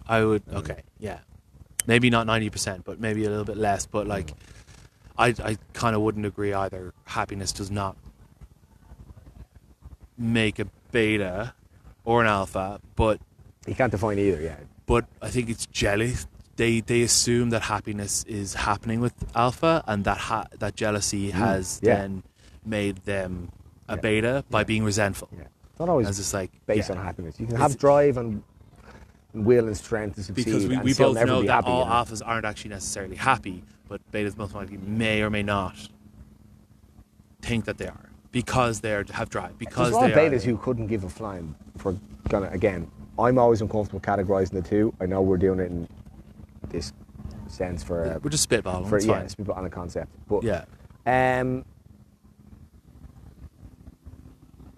S1: I would. Okay. Yeah. Maybe not ninety percent, but maybe a little bit less. But like, I I kind of wouldn't agree either. Happiness does not make a beta or an alpha, but
S3: You can't define either, yeah.
S1: but I think it's jealous. They they assume that happiness is happening with alpha, and that ha- that jealousy has
S3: Mm, yeah.
S1: then made them a
S3: Yeah,
S1: beta by
S3: yeah.
S1: being resentful.
S3: yeah. It's not always
S1: It's just like
S3: based
S1: yeah.
S3: on happiness. You can
S1: It's-
S3: have drive and will and strength to succeed.
S1: because we,
S3: and
S1: we
S3: still
S1: both
S3: never
S1: know
S3: be
S1: that
S3: happy,
S1: all
S3: you know?
S1: alphas aren't actually necessarily happy, but betas most likely may or may not think that they are because they are, have drive. Because
S3: There's a lot
S1: they
S3: of betas
S1: are,
S3: who couldn't give a flying for gonna again. I'm always uncomfortable categorizing the two. I know we're doing it in this sense for a,
S1: we're just spitballing.
S3: for
S1: it's
S3: yeah,
S1: fine.
S3: it's people on a concept, but
S1: Yeah.
S3: um,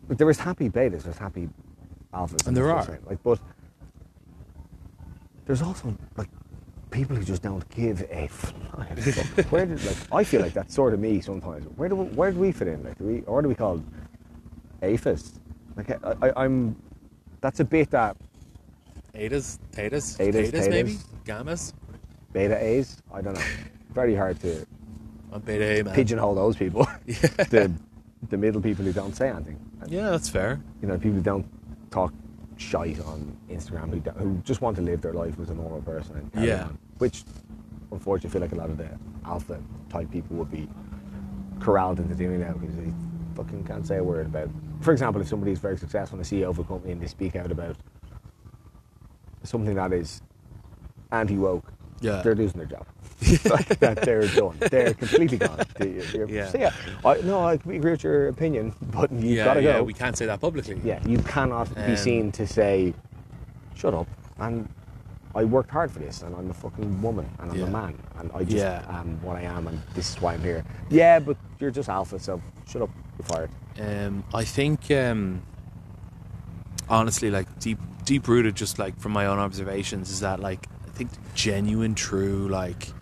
S3: but there is happy betas, there's happy alphas,
S1: And there
S3: that's what
S1: are.
S3: I'm saying, like, but there's also like people who just don't give a flying. fuck. where did like I feel like that's sort of me sometimes. Where do we- where do we fit in? Like, do we or do we call aphis? Like, I, I, I'm that's a bit that
S1: Betas, thetas,
S3: Betas,
S1: thetas, maybe
S3: thetas.
S1: gammas.
S3: beta A's. I don't know. Very hard to
S1: I'm beta A man.
S3: pigeonhole those people. the the middle people who don't say anything.
S1: Yeah, that's fair.
S3: you know, people who don't talk shite on Instagram, who, don't, who just want to live their life as a normal person. And carry
S1: Yeah.
S3: on, which, unfortunately, I feel like a lot of the alpha type people would be corralled into doing that because they fucking can't say a word about. For example, if somebody's very successful and a CEO of a company and they speak out about something that is anti woke,
S1: Yeah.
S3: they're losing their job. like that they're done. They're completely gone. They- you're-
S1: Yeah.
S3: So yeah, I, no, I agree with your opinion, but you've
S1: yeah,
S3: got to go.
S1: yeah. We can't say that publicly.
S3: Yeah, you cannot
S1: Um,
S3: be seen to say, "Shut up." And I worked hard for this, and I'm a fucking woman, and I'm
S1: Yeah.
S3: a man, and I just
S1: Yeah.
S3: am what I am, and this is why I'm here. Yeah, but you're just alpha, so shut up. You're fired.
S1: Um, I think, um, honestly, like deep, deep rooted, just like from my own observations, is that like I think genuine, true, like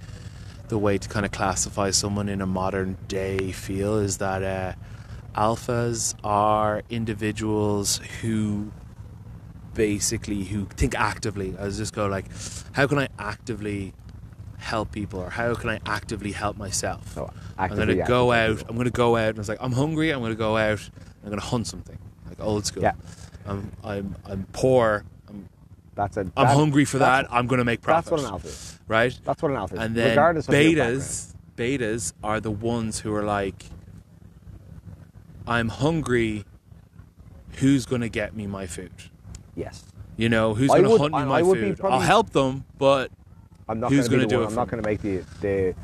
S1: the way to kind of classify someone in a modern day feel is that uh, alphas are individuals who basically who think actively. I was just go like, how can I actively help people, or how can I actively help myself?
S3: So,
S1: I'm
S3: Oh, actively,
S1: gonna go
S3: actively
S1: out.
S3: help.
S1: I'm gonna go out, and it's like I'm hungry. I'm gonna go out. I'm gonna hunt something, like old school.
S3: Yeah.
S1: I'm I'm I'm poor. I'm,
S3: That's a.
S1: I'm
S3: that-
S1: hungry for
S3: that's-
S1: that. I'm gonna make
S3: That's
S1: profit.
S3: what an alpha is.
S1: Right.
S3: That's what an alpha is.
S1: And then
S3: Regardless of your
S1: betas, betas are the ones who are like, I'm hungry. Who's gonna get me my food?
S3: Yes.
S1: You know, who's
S3: I
S1: gonna
S3: would-
S1: hunt me
S3: I-
S1: my
S3: I would be
S1: food? I'll
S3: probably-
S1: help them, but
S3: I'm not
S1: Who's
S3: going to
S1: gonna do it
S3: I'm
S1: for
S3: not
S1: me?
S3: going to make the the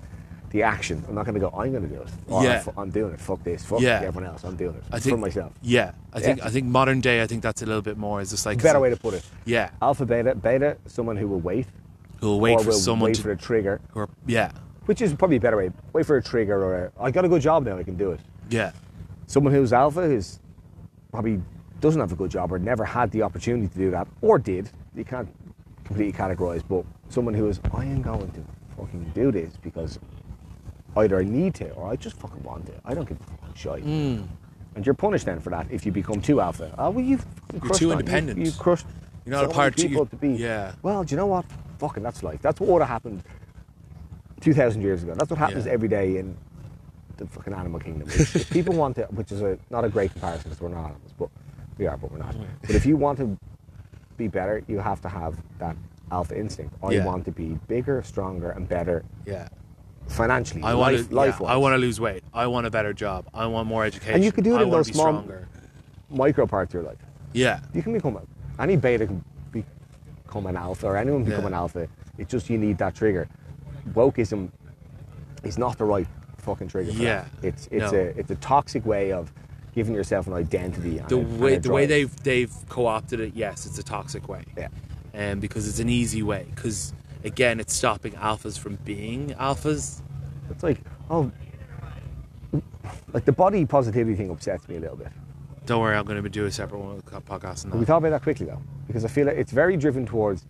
S3: the action. I'm not going to go. I'm going to do it. Or,
S1: Yeah.
S3: "Fu- I'm doing it. Fuck this. Fuck
S1: Yeah.
S3: everyone else. I'm doing it
S1: I think
S3: for myself.
S1: Yeah, I think
S3: Yeah.
S1: I think modern day. I think that's a little bit more. Is just like
S3: Better way to put it.
S1: Yeah,
S3: Alpha, beta, beta, someone who will wait.
S1: who'll wait
S3: or
S1: for
S3: will
S1: someone
S3: wait
S1: to
S3: for a trigger,
S1: Who are, yeah,
S3: which is probably a better way. Wait for a trigger or a, I got a good job now, I can do it.
S1: yeah,
S3: Someone who's alpha who's probably doesn't have a good job or never had the opportunity to do that or did. You can't completely categorize, but someone who is I am going to fucking do this because either I need to or I just fucking want to. I don't give a fucking shit.
S1: Mm.
S3: And you're punished then for that if you become too alpha. Oh, well, you've you're
S1: too independent.
S3: You, you crushed.
S1: You're not
S3: so
S1: a
S3: many
S1: part- you-
S3: people to be.
S1: yeah.
S3: Well, do you know what? Fucking that's life. That's what would have happened 2,000 years ago. That's what happens
S1: Yeah.
S3: every day in the fucking animal kingdom. If if people want to, which is a, not a great comparison because we're not animals, but we are, but we're not. But if you want to be better, you have to have that alpha instinct. I
S1: Yeah.
S3: want to be bigger, stronger, and better
S1: yeah.
S3: financially,
S1: I want
S3: life, life
S1: to. I want to lose weight. I want a better job. I want more education.
S3: do it
S1: I
S3: in
S1: wanna
S3: those
S1: be
S3: small-
S1: stronger.
S3: micro parts of your life.
S1: Yeah,
S3: You can become a any beta can become an alpha, or anyone can become
S1: Yeah.
S3: an alpha. It's just you need that trigger. Wokeism is not the right fucking trigger. For
S1: Yeah.
S3: that. it's it's
S1: No.
S3: a it's a toxic way of giving yourself an identity. and
S1: the
S3: a- and
S1: way
S3: a
S1: the way
S3: drive.
S1: they've they've co-opted it yes it's a toxic way
S3: Yeah.
S1: um, because it's an easy way because again it's stopping alphas from being alphas
S3: It's like, oh, like the body positivity thing upsets me a little bit.
S1: don't worry i'm going to do a separate one with the podcast on
S3: Can we
S1: that
S3: talk about that quickly though? Because I feel like it's very driven towards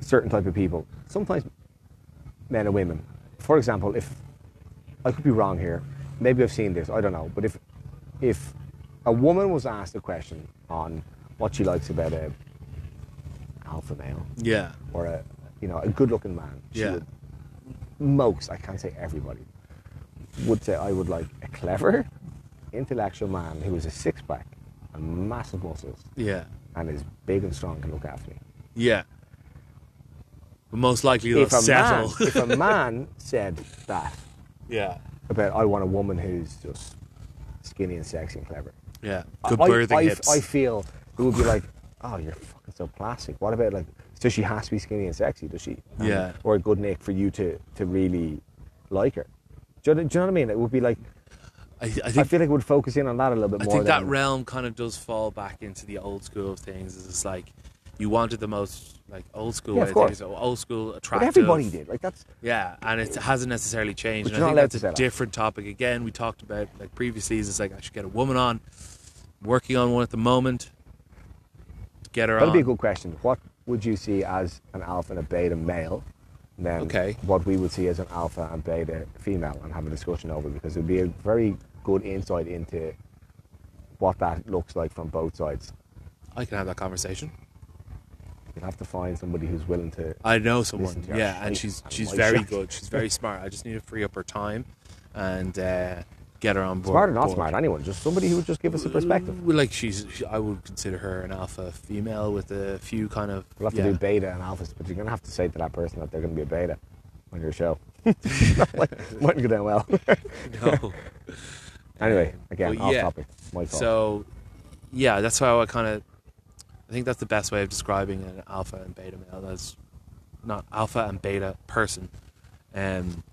S3: certain type of people. Sometimes men and women. For example, if I could be wrong here, maybe I've seen this, I don't know, but if if a woman was asked a question on what she likes about a alpha male
S1: yeah
S3: or a you know, a good looking man, she
S1: Yeah.
S3: would most, I can't say everybody, would say I would like a clever, intellectual man who is a six pack and massive muscles
S1: yeah
S3: and is big and strong can look after me.
S1: yeah but most likely they'll
S3: if, a man,
S1: settle
S3: if a man said that
S1: yeah
S3: about I want a woman who's just skinny and sexy and clever,
S1: yeah good
S3: I,
S1: birthing
S3: I,
S1: hips
S3: I feel it would be like, oh, you're fucking so plastic. What about like, so she has to be skinny and sexy, does she? And-
S1: Yeah.
S3: Or a good neck for you to, to really like her. Do you, know, do you know what I mean? It would be like,
S1: I, I
S3: I
S1: think
S3: feel like it would focus in on that a little bit
S1: I
S3: more.
S1: think that
S3: than-
S1: realm kind of does fall back into the old school of things. It's like you wanted the most like old school
S3: Yeah,
S1: way
S3: of
S1: of things,
S3: course.
S1: so old school attractive.
S3: but everybody did. Like that's
S1: Yeah, and it hasn't necessarily changed.
S3: But
S1: and
S3: you're
S1: I
S3: not allowed
S1: think that's
S3: to
S1: a
S3: say that.
S1: different topic. Again, we talked about like previously. Is like I should get a woman on. I'm working on one at the moment. Get her
S3: That'd
S1: on.
S3: be a good question. What would you see as an alpha and a beta male? And Then
S1: Okay.
S3: what we would see as an alpha and beta female and have a discussion over it because it would be a very good insight into what that looks like from both sides.
S1: I can have that conversation.
S3: You'd have to find somebody who's willing to
S1: I know
S3: Listen
S1: someone.
S3: to her
S1: Yeah, and
S3: shite
S1: she's
S3: and
S1: she's
S3: my
S1: very
S3: shite.
S1: good. She's very smart. I just need to free up her time, and uh, get her on board.
S3: smart or not
S1: board.
S3: smart, anyone, just somebody who would just give us a perspective.
S1: Well, Mm, Like she's, she- I would consider her an alpha female with a few kind of.
S3: We'll have
S1: yeah.
S3: to do beta and alphas, but you're gonna have to say to that person that they're gonna be a beta on your show. Mightn't go down well.
S1: No.
S3: anyway, again,
S1: But
S3: off
S1: yeah.
S3: topic. My fault.
S1: so, yeah, that's how I kind of. I think that's the best way of describing an alpha and beta male. That's not alpha and beta person. Um,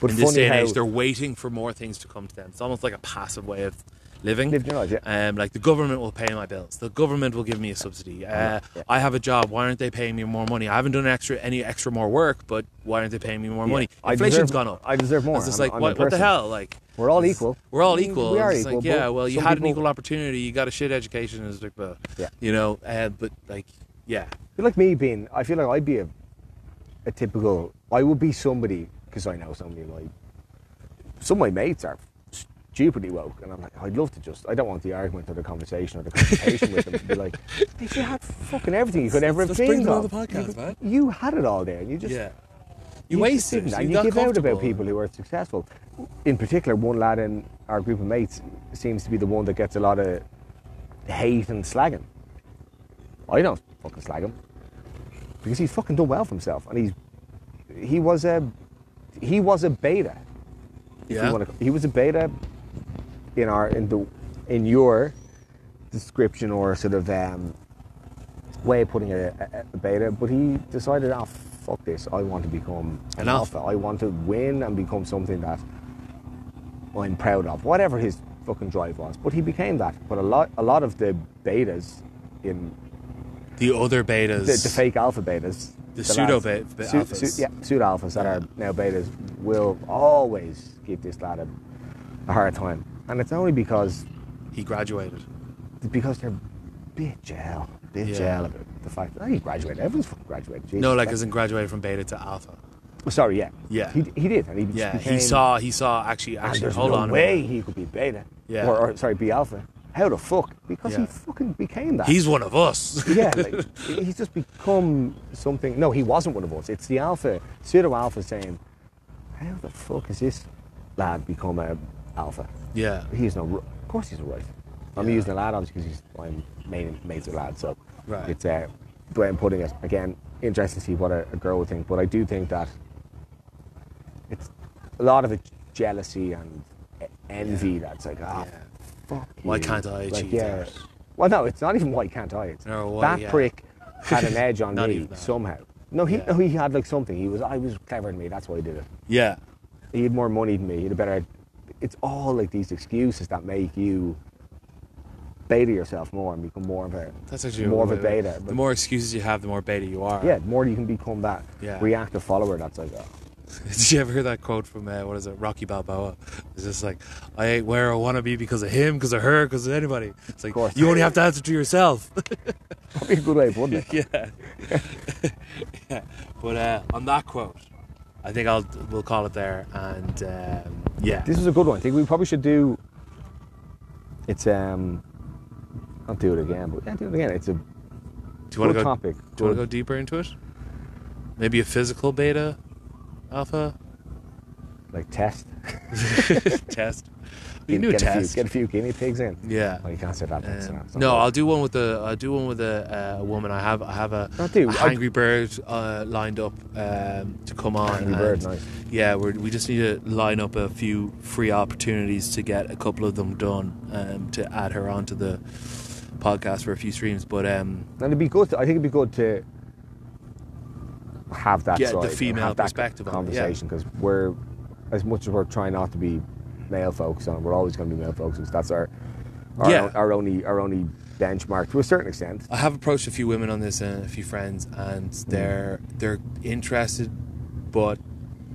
S3: but
S1: in this
S3: funny
S1: day and
S3: how-
S1: age, they're waiting for more things to come to them. It's almost like a passive way of living.
S3: Living your life, yeah.
S1: Um, like the government will pay my bills. The government will give me a subsidy. Uh,
S3: yeah.
S1: I have a job. Why aren't they paying me more money? I haven't done extra any extra more work, but why aren't they paying me more money?
S3: I
S1: Inflation's
S3: deserve-
S1: gone up.
S3: I deserve more.
S1: It's just
S3: I'm-
S1: like
S3: I'm a
S1: what, what the
S3: person.
S1: hell? Like
S3: We're all
S1: it's-
S3: equal.
S1: We're all
S3: We-
S1: equal.
S3: we are
S1: It's just
S3: equal,
S1: Like, yeah.
S3: but
S1: Well, you
S3: some
S1: had an
S3: people-
S1: equal opportunity. You got a shit education. It's like, but,
S3: Yeah.
S1: You know, uh, but like, yeah,
S3: But like me being, I feel like I'd be a, a typical. I would be somebody because I know somebody. Like some of my mates are stupidly woke, and I'm like, I'd love to just. I don't want the argument or the conversation or the confrontation with them to be like, if you had fucking everything you could ever have
S1: Let's bring
S3: dreamed
S1: them on
S3: of,
S1: the podcast,
S3: you,
S1: man."
S3: you had it all there, and you just
S1: yeah. You,
S3: just
S1: wasted.
S3: didn't,
S1: it.
S3: and you,
S1: got
S3: give out about
S1: comfortable.
S3: people who are successful. In particular, one lad in our group of mates seems to be the one that gets a lot of hate and slagging. I don't fucking slag him because he's fucking done well for himself, and he's he was a he was a beta. if you
S1: Yeah.
S3: wanna- he was a beta in our in the in your description or sort of um, way of putting a, a, a beta, but he decided, oh, fuck this, I want to become an
S1: An alpha.
S3: alpha. I want to win and become something that I'm proud of, whatever his fucking drive was. But he became that. But a lot, a lot of the betas in
S1: The other betas.
S3: the, the fake alpha betas,
S1: The
S3: lads-
S1: pseudo be- be-
S3: su-
S1: alphas.
S3: su- yeah, pseudo alphas that are now betas will always give this lad a, a hard time, and it's only because
S1: He graduated.
S3: because they're bitch hell, bitch
S1: Yeah.
S3: hell about the fact that he graduated. Everyone's fucking graduated. Jesus.
S1: No, like
S3: That-
S1: as in graduated from beta to alpha.
S3: sorry, yeah,
S1: Yeah.
S3: he, he did, and he just
S1: Yeah, he
S3: became-
S1: saw. He saw. Actually,
S3: and
S1: actually,
S3: there's
S1: hold
S3: no
S1: on. a
S3: way
S1: minute.
S3: he could be beta,
S1: Yeah.
S3: or, or sorry, be alpha. How the fuck? Because he
S1: Yeah.
S3: fucking became that.
S1: He's one of us.
S3: yeah, like, he's just become something. No, he wasn't one of us. It's the alpha, pseudo alpha saying, how the fuck has this lad become a alpha?
S1: yeah,
S3: He's no, ri- of course he's a right. I'm
S1: Yeah.
S3: using a lad obviously because he's I'm main, mates with lads, so
S1: Right.
S3: it's uh, the way I'm putting it. Again, interesting to see what a, a girl would think, but I do think that it's a lot of it jealousy and e- envy. That's like, ah,
S1: Yeah.
S3: fuck
S1: Why
S3: you."
S1: can't I
S3: Like,
S1: achieve
S3: yeah,
S1: that?
S3: Well, no, it's not even why can't I. It's
S1: No, why,
S3: that
S1: yeah.
S3: prick had an edge on
S1: Not
S3: me
S1: even that.
S3: somehow. No, he
S1: Yeah.
S3: no, he had like something. He was I was clever than me. That's why he did it.
S1: Yeah.
S3: He had more money than me. He had a better. It's all like these excuses that make you beta yourself more and become more of a
S1: That's actually
S3: more of a
S1: really-
S3: beta.
S1: The
S3: But
S1: more excuses you have, the more beta you are.
S3: yeah, the more you can become that
S1: Yeah.
S3: reactive follower. That's like, oh,
S1: Did you ever hear that quote from uh, what is it, Rocky Balboa? It's just like, I ain't where I want to be because of him, because of her, because of anybody. It's like
S3: course.
S1: you only have to answer to yourself.
S3: probably a good way of putting it.
S1: yeah. yeah. But uh, on that quote, I think I'll we'll call it there. And um, yeah,
S3: This is a good one. I think we probably should do. It's um, I'll do it again. But yeah, do it again. It's a
S1: do you want
S3: good
S1: to go?
S3: topic.
S1: Do you want
S3: Good.
S1: to go deeper into it? Maybe a physical beta, alpha
S3: like test.
S1: test. We can do a
S3: get, a
S1: test.
S3: Few, get a few guinea pigs in.
S1: Yeah.
S3: Well, you can't say that. That's
S1: Um,
S3: not- it's not
S1: no,
S3: right.
S1: I'll do one with the I'll do one with a uh, woman. I have I have a,
S3: Oh, do-
S1: a
S3: I-
S1: Hangry Bird uh, lined up um, to come on.
S3: Hangry Bird, nice.
S1: Yeah, we're, we just need to line up a few free opportunities to get a couple of them done um, to add her onto the podcast for a few streams. But um,
S3: And it'd be good. To, I think it'd be good to have that
S1: Get the
S3: side and
S1: female
S3: have that
S1: perspective on it, yeah.
S3: conversation because we're as much as we're trying not to be male focused on, it, we're always going to be male focused. That's our our,
S1: Yeah.
S3: o- our only our only benchmark to a certain extent.
S1: I have approached a few women on this and a few friends, and
S3: Mm.
S1: they're they're interested, but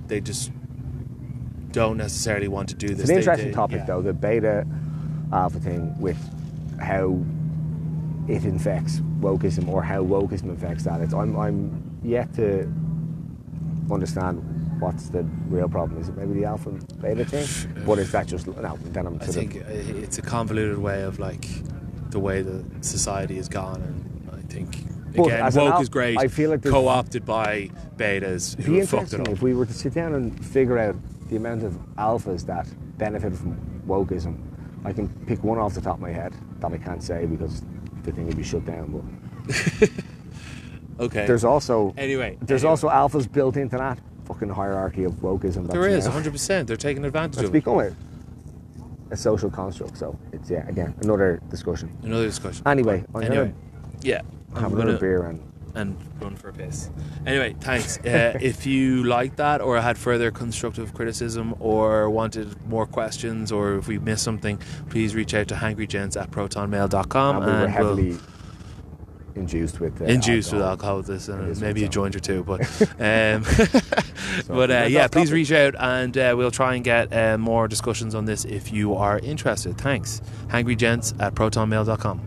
S1: they just don't necessarily want to do this.
S3: It's an
S1: They-
S3: interesting
S1: they-
S3: topic
S1: yeah.
S3: though, the beta alpha thing with how it infects wokeism or how wokeism infects that. It's I'm I'm yet to understand what's the real problem. Is it maybe the alpha and beta thing? But is that just no, then I'm
S1: I
S3: sort
S1: think
S3: of
S1: i- it's a convoluted way of like the way that society has gone, and I think
S3: But
S1: again,
S3: as an
S1: woke
S3: al-
S1: is great.
S3: I feel like there's-
S1: co-opted by betas who
S3: be
S1: have fucked it
S3: interesting
S1: up.
S3: if we were to sit down and figure out the amount of alphas that benefit from wokeism. I can pick one off the top of my head that I can't say because the thing would be shut down, but
S1: okay,
S3: there's also
S1: anyway,
S3: There's
S1: anyway.
S3: also alphas built into that fucking hierarchy of wokeism. that's
S1: there is
S3: now-
S1: 100. percent They're taking advantage
S3: It's
S1: of it.
S3: become a, a social construct. So it's yeah, again another discussion.
S1: Another discussion.
S3: Anyway, I'm
S1: Anyway, yeah,
S3: gonna have
S1: I'm
S3: another
S1: gonna
S3: beer and
S1: and run for a piss. Anyway, thanks. Uh, if you liked that or had further constructive criticism or wanted more questions or if we missed something, please reach out to hangrygents at protonmail.com.
S3: and we were
S1: and we'll-
S3: heavily uh, induced with uh,
S1: induced with
S3: alcohol.
S1: alcohol with this,
S3: It
S1: and
S3: is
S1: maybe a
S3: what's on.
S1: joint or two. But, um, but uh,
S3: that's
S1: yeah,
S3: off
S1: please
S3: topic.
S1: reach out, and uh, we'll try and get uh, more discussions on this if you are interested. Thanks, hangrygents at protonmail.com.